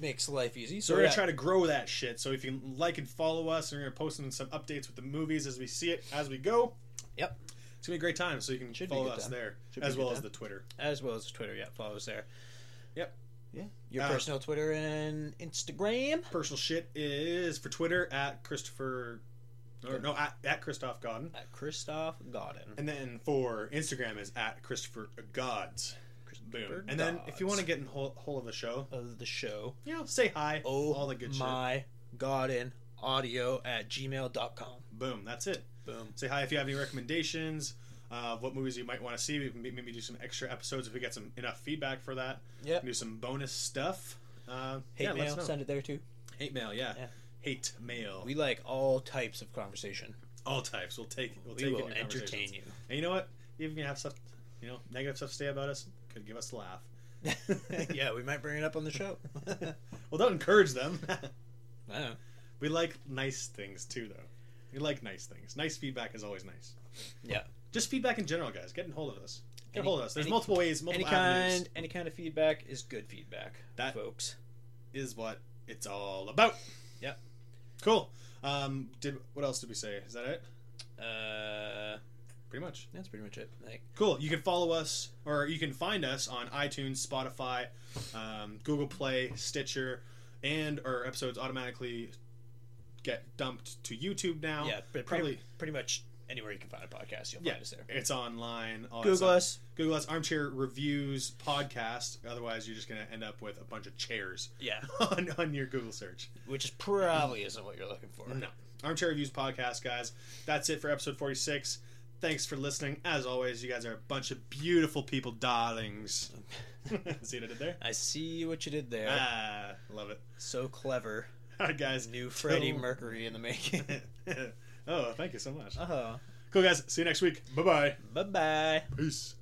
Makes life easy. So So we're yeah, gonna try to grow that shit. So if you can like and follow us, and we're gonna post in some updates with the movies as we see it as we go. Yep. It's gonna be a great time. So you can Should be a follow good us time. there Should be as a good well as time. the Twitter. as well as Twitter. Yeah, follow us there. Yep. Yeah. Your Uh, personal Twitter and Instagram. Personal shit is for Twitter at Christopher, or no at, at Christoph Godden, At Christoph Godin. and then for Instagram is at Christopher Gods. Boom. Christopher And then if you want to Gods get in whole, whole of the show, of the show, you know, say hi. oh all the good shit. my Godin audio at gmail.com. Boom. That's it. Boom. Say hi if you have any recommendations uh, of what movies you might want to see. We can ma- maybe do some extra episodes if we get some enough feedback for that. Yep. Do some bonus stuff. Uh, Hate yeah, mail, Let us know. send it there too. Hate mail. Yeah. Yeah. Hate mail. We like all types of conversation. all types. We'll take. We'll We take will in your entertain conversations. you. And you know what? Even if you have stuff, you know, negative stuff to say about us, could give us a laugh. yeah, we might bring it up on the show. I Well, don't encourage them. don't know. we like nice things too, though. We like nice things. Nice feedback is always nice. Yeah. Just feedback in general, guys. Get in hold of us. Get Any- hold of us. There's any- multiple ways, Any multiple avenues. kind, any kind of feedback is good feedback, That- folks. is what it's all about. Yep. Cool. Um, did what else did we say? Is that it? Uh, Pretty much. that's pretty much it. Like, Cool. You can follow us, or you can find us on iTunes, Spotify, um, Google Play, Stitcher, and our episodes automatically get dumped to YouTube now. yeah, but probably pretty, pretty much anywhere you can find a podcast, you'll Yeah. find us there. it's online. all that Google stuff. us. Google us. Armchair Reviews Podcast. Otherwise, you're just gonna end up with a bunch of chairs Yeah, on on your Google search. which is probably isn't what you're looking for. No. Armchair Reviews podcast, guys. That's it for episode 46. Thanks for listening. As always, you guys are a bunch of beautiful people, darlings. See what I did there? I see what you did there. Ah, love it. so clever. All right, guys. New Freddie Till- Mercury in the making. oh, thank you so much. oh, Cool, guys. See you next week. Bye bye. bye bye. Peace.